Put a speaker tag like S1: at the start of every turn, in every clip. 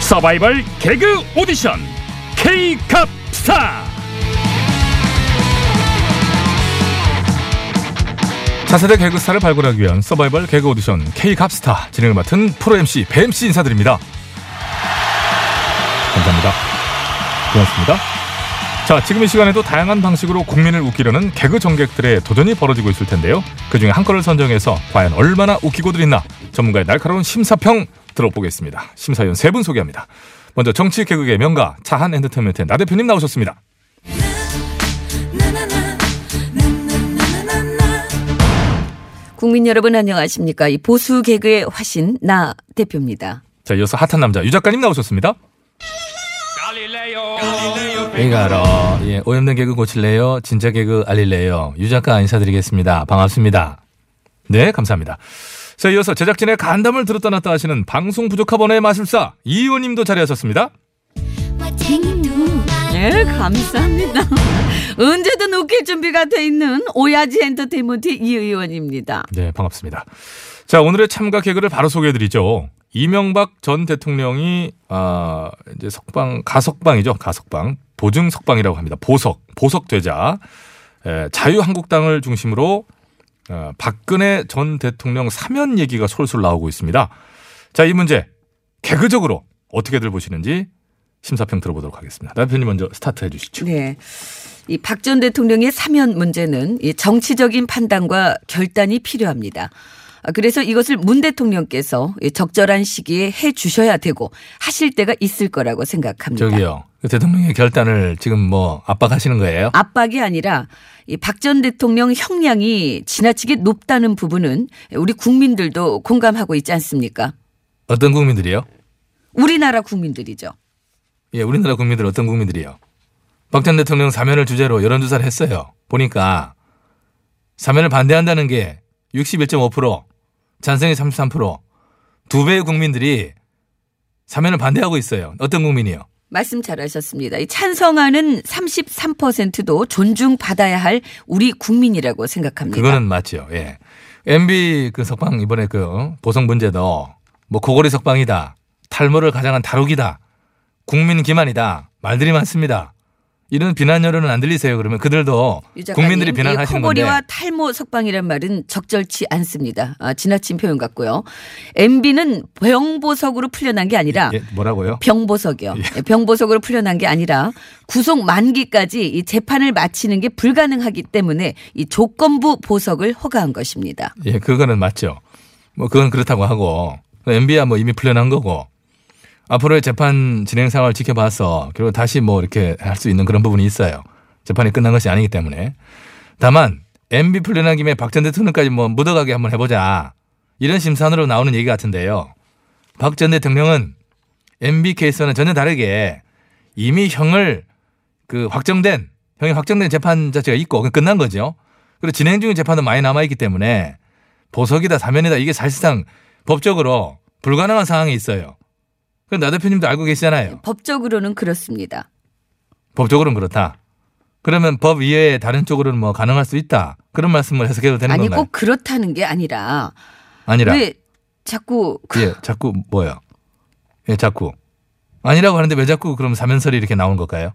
S1: 서바이벌 개그 오디션 K캅스타
S2: 차세대 개그스타를 발굴하기 위한 서바이벌 개그 오디션 K갑스타 진행을 맡은 프로 MC 뱀씨 인사드립니다. 감사합니다. 고맙습니다. 자, 지금 이 시간에도 다양한 방식으로 국민을 웃기려는 개그 전객들의 도전이 벌어지고 있을 텐데요. 그 중에 한 건을 선정해서 과연 얼마나 웃기고들 있나 전문가의 날카로운 심사평 들어보겠습니다. 심사위원 세 분 소개합니다. 먼저 정치 개그의 명가 차한 엔터테인먼트의 나 대표님 나오셨습니다.
S3: 국민 여러분 안녕하십니까? 이 보수 개그의 화신 나 대표입니다.
S2: 자, 이어서 핫한 남자 유 작가님 나오셨습니다. 이가로 예, 오염된 개그 고칠래요? 진짜 개그 알릴래요? 유 작가 인사드리겠습니다. 반갑습니다. 네, 감사합니다. 자, 이어서 제작진의 간담을 들었다 놨다 하시는 방송 부족합원의 마술사 이 의원님도 자리하셨습니다.
S3: 네, 감사합니다. 언제든 웃길 준비가 돼 있는 오야지 엔터테인먼트 이 의원입니다.
S2: 네, 반갑습니다. 자, 오늘의 참가 개그를 바로 소개해드리죠. 이명박 전 대통령이 아 이제 석방 가석방이죠 가석방 보증 석방이라고 합니다 보석 보석 되자 에, 자유한국당을 중심으로 어, 박근혜 전 대통령 사면 얘기가 솔솔 나오고 있습니다. 자 이 문제 개그적으로 어떻게들 보시는지 심사평 들어보도록 하겠습니다. 대표님 먼저 스타트해 주시죠.
S3: 네. 이 박 전 대통령의 사면 문제는 이 정치적인 판단과 결단이 필요합니다. 아, 그래서 이것을 문 대통령께서 이 적절한 시기에 해 주셔야 되고 하실 때가 있을 거라고 생각합니다.
S2: 저기요 그 대통령의 결단을 지금 뭐 압박하시는 거예요?
S3: 압박이 아니라 이 박 전 대통령 형량이 지나치게 높다는 부분은 우리 국민들도 공감하고 있지 않습니까?
S2: 어떤 국민들이요?
S3: 우리나라 국민들이죠.
S2: 예, 우리나라 국민들 어떤 국민들이요? 박 전 대통령 사면을 주제로 여론조사를 했어요. 보니까 사면을 반대한다는 게 61.5%, 찬성이 33%, 두 배의 국민들이 사면을 반대하고 있어요. 어떤 국민이요?
S3: 말씀 잘하셨습니다. 이 찬성하는 33%도 존중받아야 할 우리 국민이라고 생각합니다.
S2: 그거는 맞죠. 예. MB 그 석방 이번에 그 보성 문제도 뭐 고고리 석방이다. 탈모를 가장한 탈옥이다. 국민 기만이다. 말들이 많습니다. 이런 비난 여론은 안 들리세요. 그러면 그들도
S3: 유 작가님,
S2: 국민들이
S3: 이
S2: 비난하시는 건데
S3: 코골이와 탈모 석방이란 말은 적절치 않습니다. 아, 지나친 표현 같고요. MB는 병보석으로 풀려난 게 아니라
S2: 예, 뭐라고요?
S3: 병보석이요.
S2: 예.
S3: 병보석으로 풀려난 게 아니라 구속 만기까지 이 재판을 마치는 게 불가능하기 때문에 이 조건부 보석을 허가한 것입니다.
S2: 예, 그거는 맞죠. 뭐 그건 그렇다고 하고 MB야 뭐 이미 풀려난 거고 앞으로의 재판 진행 상황을 지켜봐서 그리고 다시 뭐 이렇게 할 수 있는 그런 부분이 있어요. 재판이 끝난 것이 아니기 때문에 다만 MB 풀려난 김에 박 전 대통령까지 뭐 묻어가게 한번 해보자 이런 심산으로 나오는 얘기 같은데요. 박 전 대통령은 MB 케이스와는 전혀 다르게 이미 형을 그 확정된 형이 확정된 재판 자체가 있고 그건 끝난 거죠. 그리고 진행 중인 재판도 많이 남아 있기 때문에 보석이다 사면이다 이게 사실상 법적으로 불가능한 상황에 있어요. 그럼 나 대표님도 알고 계시잖아요.
S3: 법적으로는 그렇습니다.
S2: 법적으로는 그렇다. 그러면 법 이외에 다른 쪽으로는 뭐 가능할 수 있다. 그런 말씀을 해석해도 되는
S3: 아니
S2: 건가요?
S3: 꼭 그렇다는 게 아니라
S2: 아니라
S3: 왜 자꾸 그-
S2: 예 자꾸 뭐요? 예 자꾸 아니라고 하는데 왜 자꾸 그럼 사면설이 이렇게 나오는 걸까요?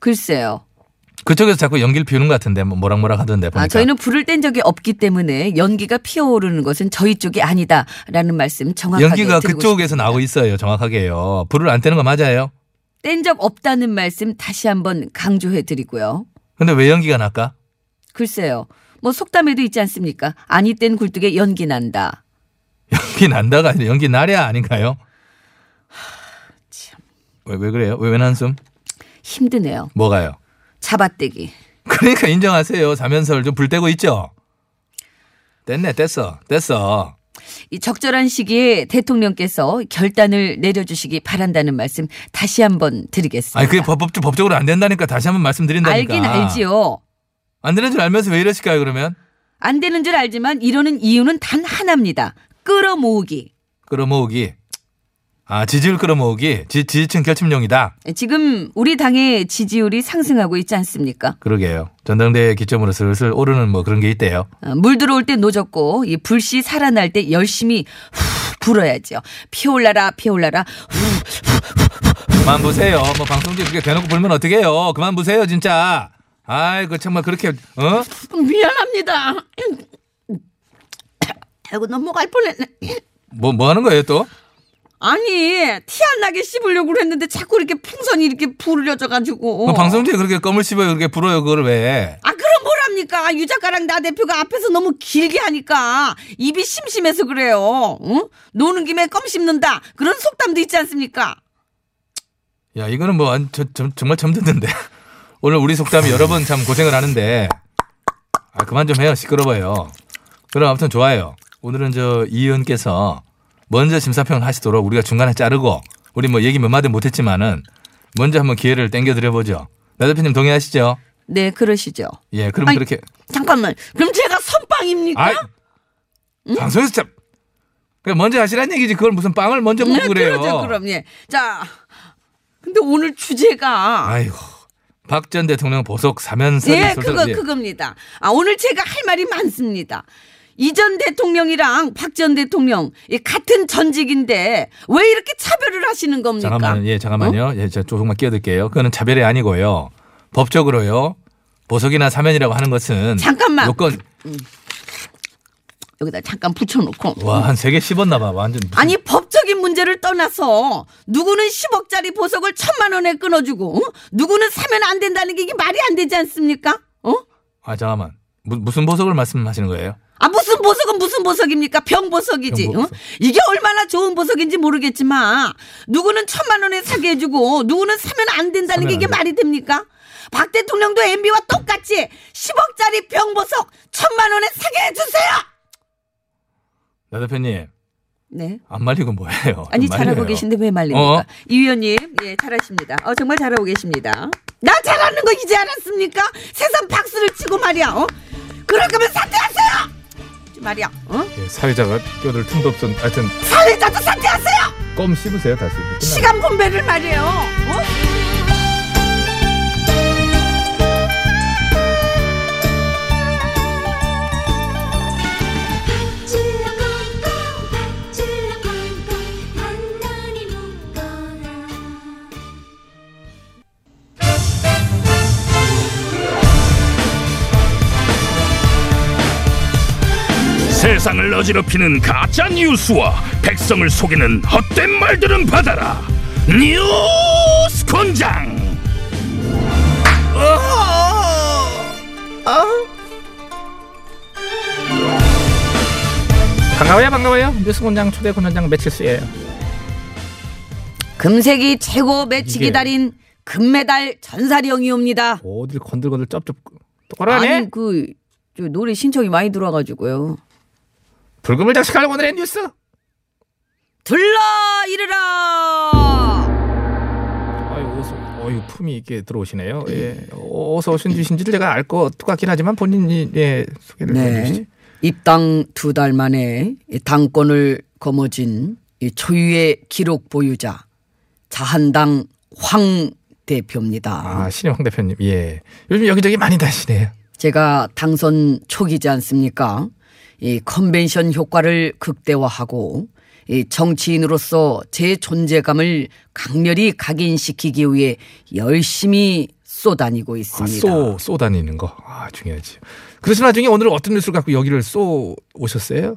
S3: 글쎄요.
S2: 그쪽에서 자꾸 연기를 피우는 것 같은데 뭐 뭐락뭐락 하던데 보니까
S3: 아, 저희는 불을 뗀 적이 없기 때문에 연기가 피어오르는 것은 저희 쪽이 아니다라는 말씀 정확하게
S2: 연기가
S3: 드리고
S2: 그쪽에서
S3: 싶습니다.
S2: 나오고 있어요 정확하게요. 불을 안 떼는 거 맞아요?
S3: 뗀적 없다는 말씀 다시 한번 강조해 드리고요.
S2: 근데 왜 연기가 날까?
S3: 글쎄요. 뭐 속담에도 있지 않습니까? 아니 뗀 굴뚝에 연기 난다.
S2: 연기 난다가 아니라 연기 날이야 아닌가요?
S3: 참.
S2: 왜, 왜 그래요? 왜, 왜 한숨?
S3: 힘드네요.
S2: 뭐가요?
S3: 잡아떼기.
S2: 그러니까 인정하세요. 사면서를 좀 불떼고 있죠. 뗐네, 뗐어, 뗐어.
S3: 이 적절한 시기에 대통령께서 결단을 내려주시기 바란다는 말씀 다시 한번 드리겠습니다.
S2: 아니 그게 법, 법, 법적으로 안 된다니까 다시 한번 말씀드린다니까.
S3: 알긴 알지요.
S2: 안 되는 줄 알면서 왜 이러실까요 그러면?
S3: 안 되는 줄 알지만 이러는 이유는 단 하나입니다. 끌어모으기.
S2: 끌어모으기. 아 지지율 끌어모으기. 지, 지지층 결집용이다.
S3: 지금 우리 당의 지지율이 상승하고 있지 않습니까?
S2: 그러게요. 전당대회 기점으로 슬슬 오르는 뭐 그런 게 있대요.
S3: 어, 물 들어올 때 노졌고 이 불씨 살아날 때 열심히 후 불어야죠. 피올라라 피올라라 후, 후
S2: 그만 보세요. 뭐 방송 중에 그렇게 대놓고 불면 어떡해요. 그만 보세요, 진짜. 아이고, 정말 그렇게, 어?
S4: 미안합니다. 아이고 넘어갈 뻔했네.
S2: 뭐, 뭐 하는 거예요, 또?
S4: 아니 티 안 나게 씹으려고 그랬는데 자꾸 이렇게 풍선이 이렇게 부르려져가지고.
S2: 뭐 방송 중에 그렇게 껌을 씹어요. 그렇게 불어요, 그걸 왜.
S4: 아 그럼 뭐랍니까? 유작가랑 나 대표가 앞에서 너무 길게 하니까 입이 심심해서 그래요. 응? 노는 김에 껌 씹는다 그런 속담도 있지 않습니까?
S2: 야, 이거는 뭐, 완- 저, 저, 정말 처음 듣는데. 오늘 우리 속담이 여러 번 참 고생을 하는데. 아, 그만 좀 해요. 시끄러워요. 그럼 아무튼 좋아요. 오늘은 저 이의원께서 먼저 심사평을 하시도록 우리가 중간에 자르고, 우리 뭐 얘기 몇 마디 못했지만은, 먼저 한번 기회를 땡겨드려보죠. 나 대표님 동의하시죠?
S3: 네, 그러시죠.
S2: 예, 그럼
S4: 아이,
S2: 그렇게.
S4: 잠깐만 그럼 제가 선빵입니까?
S2: 아이, 방송에서 참. 그래, 먼저 하시란 얘기지. 그걸 무슨 빵을 먼저 먹고 그래요.
S4: 네, 그러죠 그럼 예. 자 근데 오늘 주제가
S2: 아이고. 박 전 대통령 보석 사면서.
S4: 예, 그거 그겁니다. 아, 오늘 제가 할 말이 많습니다. 이전 대통령이랑 박 전 대통령 이 같은 전직인데 왜 이렇게 차별을 하시는 겁니까?
S3: 그러니까.
S2: 잠깐만, 예, 잠깐만요. 예, 제가 조금만 끼어들게요. 그거는 차별이 아니고요. 법적으로요. 보석이나 사면이라고 하는 것은
S4: 잠깐만.
S2: 요건
S4: 여기다 잠깐 붙여놓고.
S2: 와 한 세 개 씹었나 봐 완전 무슨-
S4: 아니 법적인 문제를 떠나서 누구는 10억짜리 보석을 천만 원에 끊어주고 응? 누구는 사면 안 된다는 게 이게 말이 안 되지 않습니까? 어?
S2: 아 잠깐만 무, 무슨 보석을 말씀하시는 거예요?
S4: 아 무슨 보석은 무슨 보석입니까? 병보석이지.
S2: 병보석.
S4: 응? 이게 얼마나 좋은 보석인지 모르겠지만 누구는 천만 원에 사게 해주고 누구는 사면 안 된다는
S2: 사면
S4: 게 이게
S2: 안 돼.
S4: 말이 됩니까? 박 대통령도 MB와 똑같이 10억짜리 병보석 천만 원에 사게 해주세요.
S2: 나 대표님
S3: 네.
S2: 안 말리고 뭐예요? 좀
S3: 아니 잘하고
S2: 말려요.
S3: 계신데 왜 말립니까?
S2: 어?
S3: 이 위원님, 예, 잘하십니다. 어, 정말 잘하고 계십니다.
S4: 나 잘하는 거 이제 알았습니까? 세상 박수를 치고 말이야. 어? 그럴 거면 사퇴하세요. 말이야. 어?
S2: 예, 사회자가 끼어들 틈도 없던 하여튼
S4: 사회자도 사퇴하세요.
S2: 껌 씹으세요 다시
S4: 시간 분배를 말이에요. 어?
S5: 찔러 꽁꽁 찔러 꽁꽁 단단히 묶어라
S1: 세상을 어지럽히는 가짜 뉴스와 백성을 속이는 헛된 말들은 받아라. 뉴스 권장.
S2: 반가워요 반가워요 뉴스공장 초대 권원장 매칠수예요
S3: 금색이 최고 매치기
S2: 이게-
S3: 달인 금메달 전사령이옵니다.
S2: 어딜 건들건들 쩝쩝 똑바로
S3: 아니 그저 노래 신청이 많이 들어와가지고요.
S2: 불금을 장식하는 오늘의 뉴스
S3: 들러 이르라.
S2: 아유, 어서, 어유 품이 이게 들어오시네요. 예. 어서 오신 뒤신지를 제가 알 것 같긴 하지만 본인이 예, 소개를 해주시죠.
S3: 네. 입당 두 달 만에 이 당권을 거머쥔 이 초유의 기록 보유자 자한당 황 대표입니다.
S2: 아, 신임 황 대표님. 예. 요즘 여기저기 많이 다시네요. 아,
S3: 제가 당선 초기지 않습니까? 이 컨벤션 효과를 극대화하고 이 정치인으로서 제 존재감을 강렬히 각인시키기 위해 열심히 쏘다니고
S2: 아,
S3: 있습니다.
S2: 쏘, 쏘 다니는 거. 아, 중요하지. 그러신 와중에 오늘 어떤 뉴스를 갖고 여기를 쏘 오셨어요?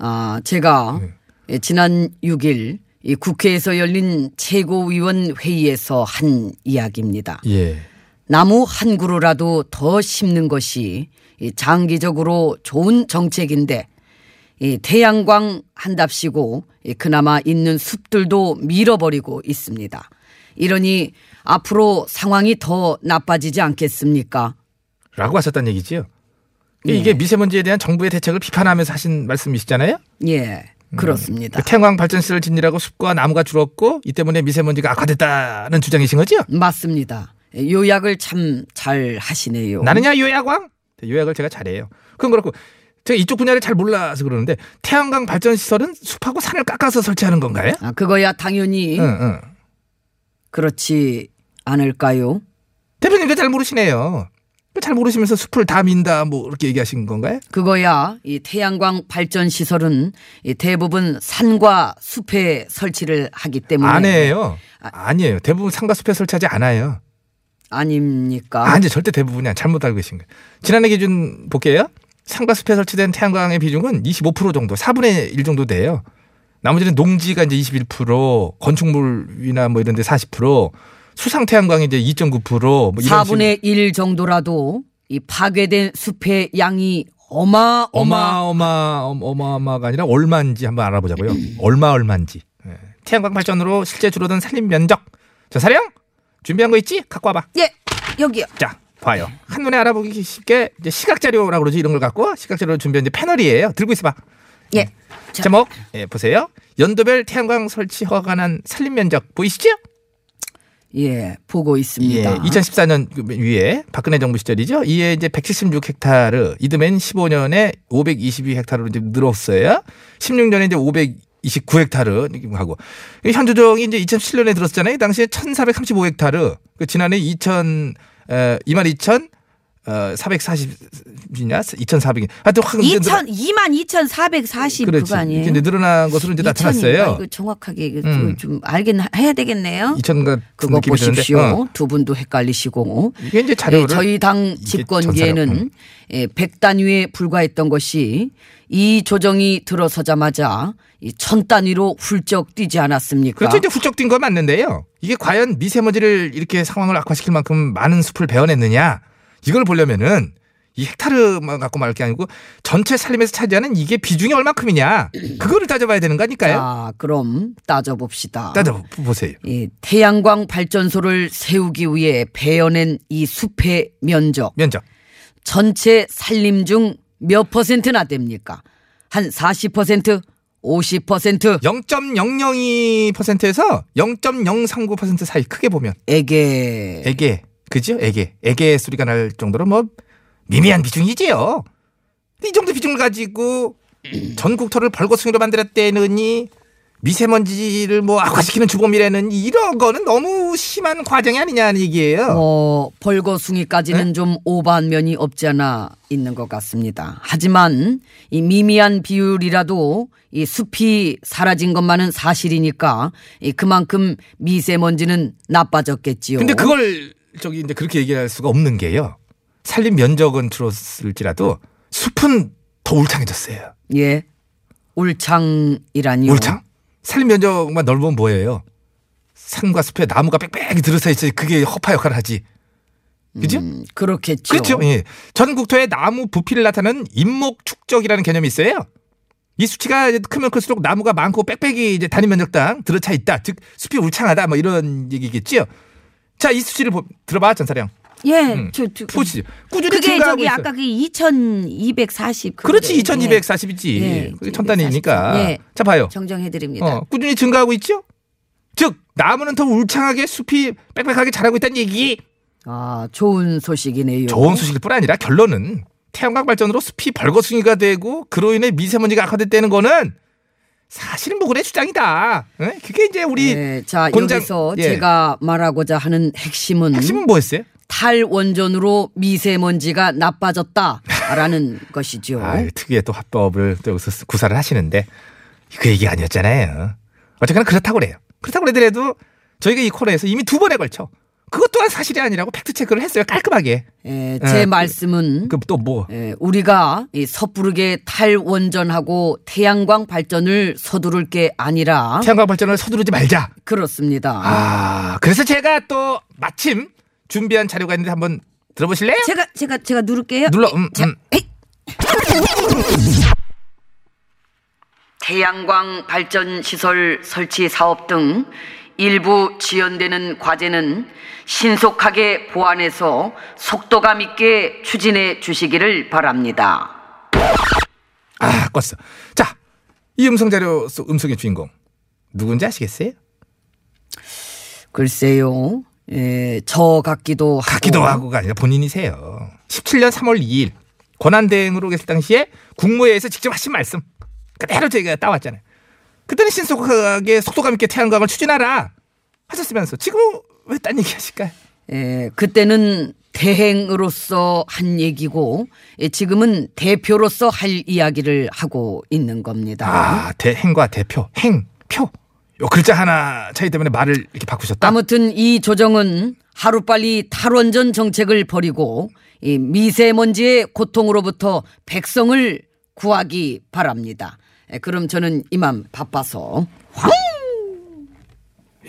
S3: 아, 제가
S2: 네.
S3: 예, 지난 6일 이 국회에서 열린 최고위원 회의에서 한 이야기입니다.
S2: 예.
S3: 나무 한 그루라도 더 심는 것이 이 장기적으로 좋은 정책인데 이 태양광 한답시고 이 그나마 있는 숲들도 밀어버리고 있습니다. 이러니 앞으로 상황이 더 나빠지지 않겠습니까?
S2: 라고 하셨다는 얘기지요.
S3: 네.
S2: 이게 미세먼지에 대한 정부의 대책을 비판하면서 하신 말씀이시잖아요.
S3: 예, 그렇습니다.
S2: 음. 태광 발전실을 짓느라고 숲과 나무가 줄었고 이 때문에 미세먼지가 악화됐다는 주장이신 거죠?
S3: 맞습니다. 예, 요약을 참 잘 하시네요.
S2: 나느냐 요약왕? 네, 요약을 제가 잘해요. 그건 그렇고 제가 이쪽 분야를 잘 몰라서 그러는데 태양광 발전 시설은 숲하고 산을 깎아서 설치하는 건가요?
S3: 아, 그거야 당연히
S2: 응, 응.
S3: 그렇지 않을까요?
S2: 대표님 이거 잘 모르시네요. 그 잘 모르시면서 숲을 다 민다 뭐 이렇게 얘기하신 건가요?
S3: 그거야 이 태양광 발전 시설은 이 대부분 산과 숲에 설치를 하기 때문에
S2: 안 해요. 아니에요. 대부분 상가 숲에 설치하지 않아요.
S3: 아닙니까?
S2: 아니 절대 대부분이야. 잘못 알고 계신 거예요. 지난해 기준 볼게요. 상가 숲에 설치된 태양광의 비중은 25% 정도, 4분의 1 정도 돼요. 나머지는 농지가 이제 21%, 건축물 위나 뭐 이런 데 40%, 수상 태양광이 이제 2.9%, 뭐 이런 식으로
S3: 4분의 1 정도라도 이 파괴된 숲의 양이 어마 어마
S2: 어마어마 어마- 어마어마가 아니라 얼마인지 한번 알아보자고요. 얼마 얼마인지. 예. 태양광 발전으로 실제 줄어든 산림 면적. 자 사령 준비한 거 있지? 갖고 와봐.
S3: 예 여기요
S2: 자 봐요. 한 눈에 알아보기 쉽게 이제 시각 자료라고 그러지 이런 걸 갖고 시각 자료로 준비한 이제 패널이에요. 들고 있어봐. 음.
S3: 예 자.
S2: 제목 예, 보세요. 연도별 태양광 설치 허가난 산림 면적 보이시죠?
S3: 예, 보고
S2: 예,
S3: 있습니다.
S2: 2014년 그 위에 박근혜 정부 시절이죠. 이에 이제 176 헥타르, 이듬해는 15년에 522 헥타르로 이제 늘었어요. 16년에 이제 529 헥타르 하고 이 현조정이 이제 2007년에 들었잖아요. 이 당시에 1,435 헥타르. 그 지난해 2,000 에, 22,000 어, 440이냐 2,400이 하여튼 확 이제
S3: 2천 2만 2,440
S2: 그렇지.
S3: 그거 아니에요?
S2: 이제 늘어난 것으로 이제 나타났어요.
S3: 이 정확하게 이거
S2: 음.
S3: 좀, 좀 알긴 하- 해야 되겠네요.
S2: 2,000 같은
S3: 그거
S2: 느낌이 드는데.
S3: 보십시오.
S2: 어.
S3: 두 분도 헷갈리시고.
S2: 이게 이제
S3: 예,
S2: 자료를
S3: 저희 당
S2: 이게
S3: 집권기에는
S2: 전사라고.
S3: 예, 100단위에 불과했던 것이 이 조정이 들어서자마자 이 1000단위로 훌쩍 뛰지 않았습니까?
S2: 그렇죠. 이제 훌쩍 뛴 건 맞는데요. 이게 과연 미세먼지를 이렇게 상황을 악화시킬 만큼 많은 숲을 베어냈느냐. 이걸 보려면은 이 헥타르만 갖고 말 게 아니고 전체 산림에서 차지하는 이게 비중이 얼마큼이냐. 그거를 따져봐야 되는 거 아닐까요?
S3: 자, 그럼 따져봅시다.
S2: 네. 따져보세요.
S3: 이 태양광 발전소를 세우기 위해 베어낸 이 숲의 면적
S2: 면적.
S3: 전체 산림 중 몇 퍼센트나 됩니까? 한 40%? 50%?
S2: 0.002%에서 0.039% 사이 크게 보면
S3: 에게
S2: 애게 그죠? 애게 애게 소리가 날 정도로 뭐 미미한 비중이지요. 이 정도 비중을 가지고 전국토를 벌거숭이로 만들었대느니 미세먼지를 뭐 악화시키는 주범이라는 이런 거는 너무 심한 과정이 아니냐는 얘기예요.
S3: 어,
S2: 네?
S3: 벌거숭이까지는 좀 오버한 면이 없지 않아 있는 것 같습니다. 하지만 이 미미한 비율이라도 이 숲이 사라진 것만은 사실이니까 이 그만큼 미세먼지는 나빠졌겠지요.
S2: 근데 그걸 저기 이제 그렇게 얘기할 수가 없는 게요. 산림 면적은 줄었을지라도 숲은 더 울창해졌어요.
S3: 예. 울창이라니요.
S2: 울창? 산림 면적만 넓으면 뭐예요? 산과 숲에 나무가 빽빽이 들어서 있어야 그게 허파 역할을 하지. 그죠?
S3: 음, 그렇겠죠.
S2: 그렇죠. 예. 전 국토의 나무 부피를 나타내는 인목 축적이라는 개념이 있어요. 이 수치가 이제 크면 클수록 나무가 많고 빽빽이 이제 단위 면적당 들어차 있다. 즉 숲이 울창하다 뭐 이런 얘기겠지요. 자, 이 수치를 보- 들어봐 전사령.
S3: 예.
S2: 음.
S3: 저, 저,
S2: 보시죠. 꾸준히
S3: 그게
S2: 증가하고
S3: 저기
S2: 있어요.
S3: 아까 그 2240. 그거.
S2: 그렇지
S3: 예.
S2: 2240이지.
S3: 예,
S2: 천 단위니까.
S3: 예.
S2: 자, 봐요.
S3: 정정해 드립니다.
S2: 어, 꾸준히 증가하고 있죠? 즉 나무는 더 울창하게 숲이 빽빽하게 자라고 있다는 얘기.
S3: 아, 좋은 소식이네요.
S2: 좋은 소식일 뿐 아니라 결론은 태양광 발전으로 숲이 벌거숭이가 되고 그로 인해 미세먼지가 악화됐다는 거는 사실은 뭐 그래 주장이다. 예? 그게 이제 우리
S3: 네, 자
S2: 곤장-
S3: 여기서
S2: 예.
S3: 제가 말하고자 하는 핵심은,
S2: 핵심은 뭐였어요?
S3: 탈원전으로 미세먼지가 나빠졌다라는 것이죠.
S2: 아, 특유의 또 화법을 또 여기서 구사를 하시는데 그 얘기 아니었잖아요. 어쨌거나 그렇다고 그래요. 그렇다고 그래더라도 저희가 이 코너에서 이미 두 번에 걸쳐 그것 또한 사실이 아니라고 팩트 체크를 했어요. 깔끔하게.
S3: 예, 제
S2: 예, 그-
S3: 말씀은
S2: 그럼 또 뭐?
S3: 예, 우리가 이 섣부르게 탈원전하고 태양광 발전을 서두를 게 아니라
S2: 태양광 발전을 서두르지 말자.
S3: 그렇습니다.
S2: 아, 그래서 제가 또 마침 준비한 자료가 있는데 한번 들어보실래요?
S3: 제가 제가 제가 누를게요.
S2: 눌러. 음, 음.
S3: 태양광 발전 시설 설치 사업 등 일부 지연되는 과제는 신속하게 보완해서 속도감 있게 추진해 주시기를 바랍니다.
S2: 아, 껐어. 자, 이 음성 자료 속 음성의 주인공 누군지 아시겠어요?
S3: 글쎄요. 예, 저 같기도 하고.
S2: 같기도 하고가 아니라 본인이세요. 17년 3월 2일 권한 대행으로 계실 당시에 국무회의에서 직접 하신 말씀 그대로 저희가 따왔잖아요. 그때는 신속하게 속도감 있게 태양광을 추진하라 하셨으면서 지금 은 왜 딴 얘기 하실까요?
S3: 예, 그때는 대행으로서 한 얘기고 예, 지금은 대표로서 할 이야기를 하고 있는 겁니다.
S2: 아, 대행과 대표, 행, 표. 요 글자 하나 차이 때문에 말을 이렇게 바꾸셨다.
S3: 아무튼 이 조정은 하루빨리 탈원전 정책을 버리고 이 미세먼지의 고통으로부터 백성을 구하기 바랍니다. 예, 그럼 저는 이만 바빠서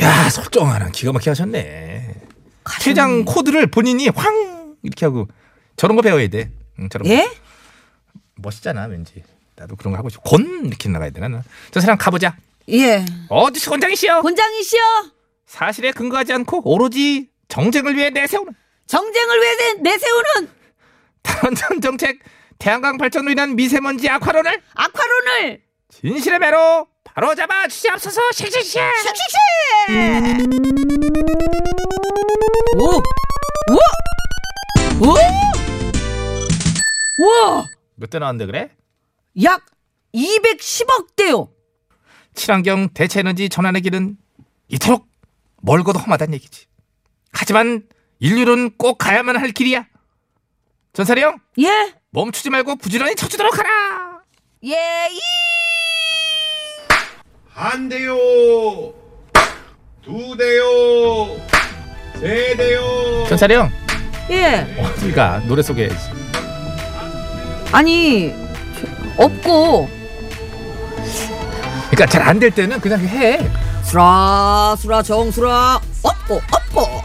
S2: 야, 설정하는 기가 막히게 하셨네. 최장 코드를 본인이 황 이렇게 하고 저런 거 배워야 돼. 응, 저런 거.
S3: 예?
S2: 멋있잖아, 왠지. 나도 그런 거 하고 싶어. 곤 이렇게 나가야 되나? 나. 저 사람 가보자.
S3: 예.
S2: 어디서 권장이시여?
S3: 본장이시여
S2: 사실에 근거하지 않고 오로지 정쟁을 위해 내세우는
S3: 정쟁을 왜 내- 내세우는
S2: 탈원전 정책, 태양광 발전으로 인한 미세먼지 악화론을
S3: 악화론을
S2: 진실의 배로 바로 잡아 주시옵소서. 씩씩씩.
S3: 오! 오! 오! 와!
S2: 몇대 나왔는데 그래?
S3: 약 210억대요!
S2: 친환경 대체 에너지 전환의 길은 이토록 멀고도 험하단 얘기지. 하지만 인류는 꼭 가야만 할 길이야. 전사리 형
S3: 예!
S2: 멈추지 말고 부지런히 쳐주도록 하라.
S3: 예, 이!
S6: 한 대요 두 대요 세 대요
S2: 전사리 형
S3: 예!
S2: 어디가 노래 소개.
S3: 아니, 저- 없고,
S2: 그러니까 잘 안 될 때는 그냥 해.
S3: 수라, 수라, 정수라, 없고, 없고,